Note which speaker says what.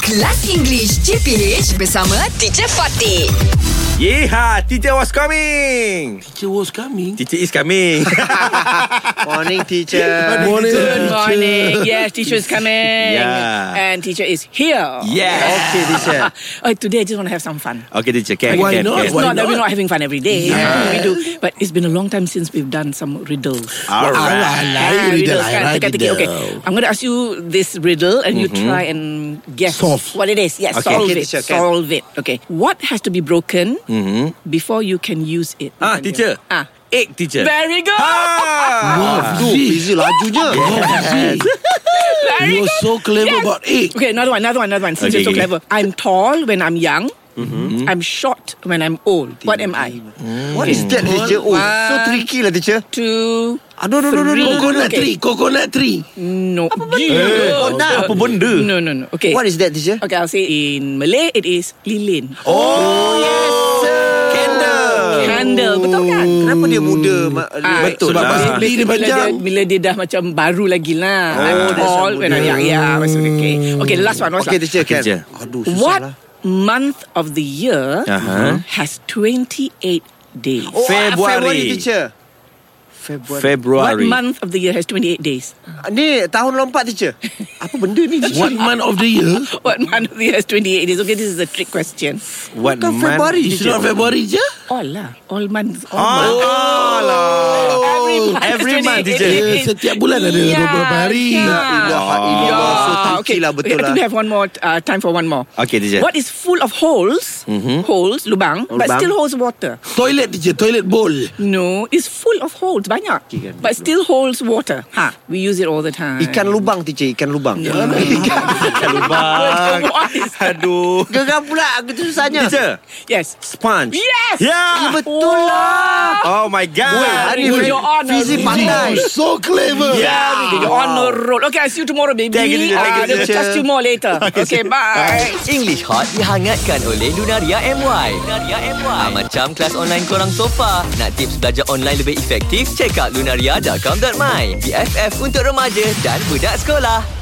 Speaker 1: Kelas English CPH bersama Teacher Fatih.
Speaker 2: Yeha, teacher was coming.
Speaker 3: Teacher was coming.
Speaker 2: Teacher is coming.
Speaker 4: Morning, teacher.
Speaker 3: Morning.
Speaker 5: Good morning. Yes, teacher is coming.
Speaker 2: Yeah.
Speaker 5: And teacher is here.
Speaker 2: yes.
Speaker 4: Okay, teacher.
Speaker 5: Uh, today I just want to have some fun.
Speaker 2: Okay, teacher, can.
Speaker 3: Why
Speaker 2: can,
Speaker 3: not?
Speaker 2: Can.
Speaker 5: It's
Speaker 3: Why
Speaker 5: not, that we're
Speaker 3: not?
Speaker 5: not having fun every day. We do. But it's been a long time since we've done some riddles.
Speaker 2: Alright.
Speaker 5: Ah,
Speaker 3: Alright, riddle,
Speaker 5: riddles kan,
Speaker 3: alright,
Speaker 5: teka-teki. Okay.
Speaker 3: riddle.
Speaker 5: I'm going to ask you this riddle and you try and guess
Speaker 3: Solve.
Speaker 5: what it is. Yes,
Speaker 2: Okay. Mm.
Speaker 5: solve
Speaker 4: Okay,
Speaker 5: it.
Speaker 4: teacher, can.
Speaker 5: solve it. Okay. What has to be broken
Speaker 2: Mm-hmm.
Speaker 5: before you can use it?
Speaker 2: Ah, teacher.
Speaker 5: Ah.
Speaker 2: Egg, teacher.
Speaker 5: Very good.
Speaker 2: Ah.
Speaker 3: Wow,
Speaker 4: Tu,
Speaker 3: Fizi.
Speaker 4: busy lajunya.
Speaker 3: Wow, Fizi.
Speaker 5: Very
Speaker 3: You're
Speaker 5: good.
Speaker 3: so clever
Speaker 5: Yes.
Speaker 3: about egg.
Speaker 5: Okay, another one, another one, another one. Since
Speaker 2: Okay,
Speaker 5: you're so
Speaker 2: okay. Mm-hmm.
Speaker 5: clever. I'm tall when I'm young. I'm short when I'm old. What am I?
Speaker 4: What
Speaker 3: Hmm.
Speaker 4: is that, teacher? Oh, so tricky lah, teacher.
Speaker 5: Two.
Speaker 3: Aduh, Ah, no, no, no, no.
Speaker 5: Three.
Speaker 3: Coconut
Speaker 5: Okay.
Speaker 3: tree, coconut tree.
Speaker 5: No.
Speaker 2: Oh,
Speaker 5: Gila.
Speaker 2: nah, apa benda?
Speaker 5: No, no, no. Okay.
Speaker 4: What is that, teacher?
Speaker 5: Okay, I'll say in Malay it is lilin.
Speaker 2: Oh, candle.
Speaker 5: Candle, betul kan?
Speaker 4: Kenapa dia muda? Ma-
Speaker 5: Ah,
Speaker 2: Betul
Speaker 3: Sebab
Speaker 2: lah.
Speaker 3: pasal beli dia
Speaker 5: bila dia,
Speaker 3: panjang.
Speaker 5: bila dia dah macam baru lagi lah.
Speaker 4: Oh,
Speaker 5: I'm
Speaker 4: dia
Speaker 5: tall
Speaker 4: sama
Speaker 5: when I'm
Speaker 4: dia.
Speaker 5: young. Yeah, masuk okay. Okay, last one. Last
Speaker 4: Okay,
Speaker 5: one.
Speaker 4: teacher,
Speaker 2: Okay,
Speaker 4: can.
Speaker 2: teacher.
Speaker 4: Aduh,
Speaker 5: What
Speaker 4: susah lah.
Speaker 5: month of the year
Speaker 2: Uh-huh.
Speaker 5: has 28 days?
Speaker 4: Oh, ah,
Speaker 2: February.
Speaker 4: teacher.
Speaker 5: What
Speaker 2: February.
Speaker 5: month of the year has 28 days?
Speaker 4: Ah, Ni, tahun lompat, teacher. Apa benda ni, teacher?
Speaker 3: What month of the year?
Speaker 5: What month of the year has 28 days? Okay, this is a trick question.
Speaker 2: What
Speaker 4: Bukan February,
Speaker 3: It's
Speaker 4: teacher.
Speaker 3: not February je.
Speaker 5: All lah. All months. All
Speaker 2: Oh,
Speaker 5: months.
Speaker 2: lah.
Speaker 5: Every month. has
Speaker 2: every month,
Speaker 5: 28
Speaker 2: teacher.
Speaker 3: Eh,
Speaker 5: days.
Speaker 3: setiap bulan ada
Speaker 5: Yeah,
Speaker 3: beberapa hari.
Speaker 5: Yeah.
Speaker 4: Ilah, ilah. So tricky lah, betul
Speaker 5: Ya, okay, I
Speaker 4: lah.
Speaker 5: think we have one more uh, time for one more.
Speaker 2: Okay, teacher.
Speaker 5: What is full of holes, holes, lubang, but
Speaker 4: Lubang.
Speaker 5: still holds water?
Speaker 3: Toilet je, toilet bowl.
Speaker 5: No, it's full of holes, banyak,
Speaker 4: kan,
Speaker 5: but still holds water. Ha, we use it all the time.
Speaker 4: Ikan lubang, teacher. Ikan lubang.
Speaker 5: Ya. Mm.
Speaker 2: Lubang.
Speaker 5: What is that?
Speaker 2: Aduh.
Speaker 4: Geram pula. Aku tu susahnya.
Speaker 2: Teacher,
Speaker 5: Yes.
Speaker 2: sponge.
Speaker 5: Yes.
Speaker 2: Yeah.
Speaker 4: Betul lah.
Speaker 2: Oh my god.
Speaker 5: Boy,
Speaker 4: Arif,
Speaker 5: You're on a
Speaker 4: Fizi
Speaker 5: roll.
Speaker 4: pandai.
Speaker 3: You're so clever.
Speaker 2: Yeah.
Speaker 5: You're on a roll. Okay, I'll see you tomorrow, baby.
Speaker 2: Ah. Thank you, teacher. Thank you,
Speaker 5: Uh, they'll
Speaker 2: teacher.
Speaker 5: touch you more later. Okay, bye.
Speaker 6: English Hot dihangatkan oleh Lunaria MY. Lunaria MY. Ah, macam kelas online korang sofa. Nak tips belajar online lebih efektif? Check out lunaria.com.my. BFF untuk remaja dan budak sekolah.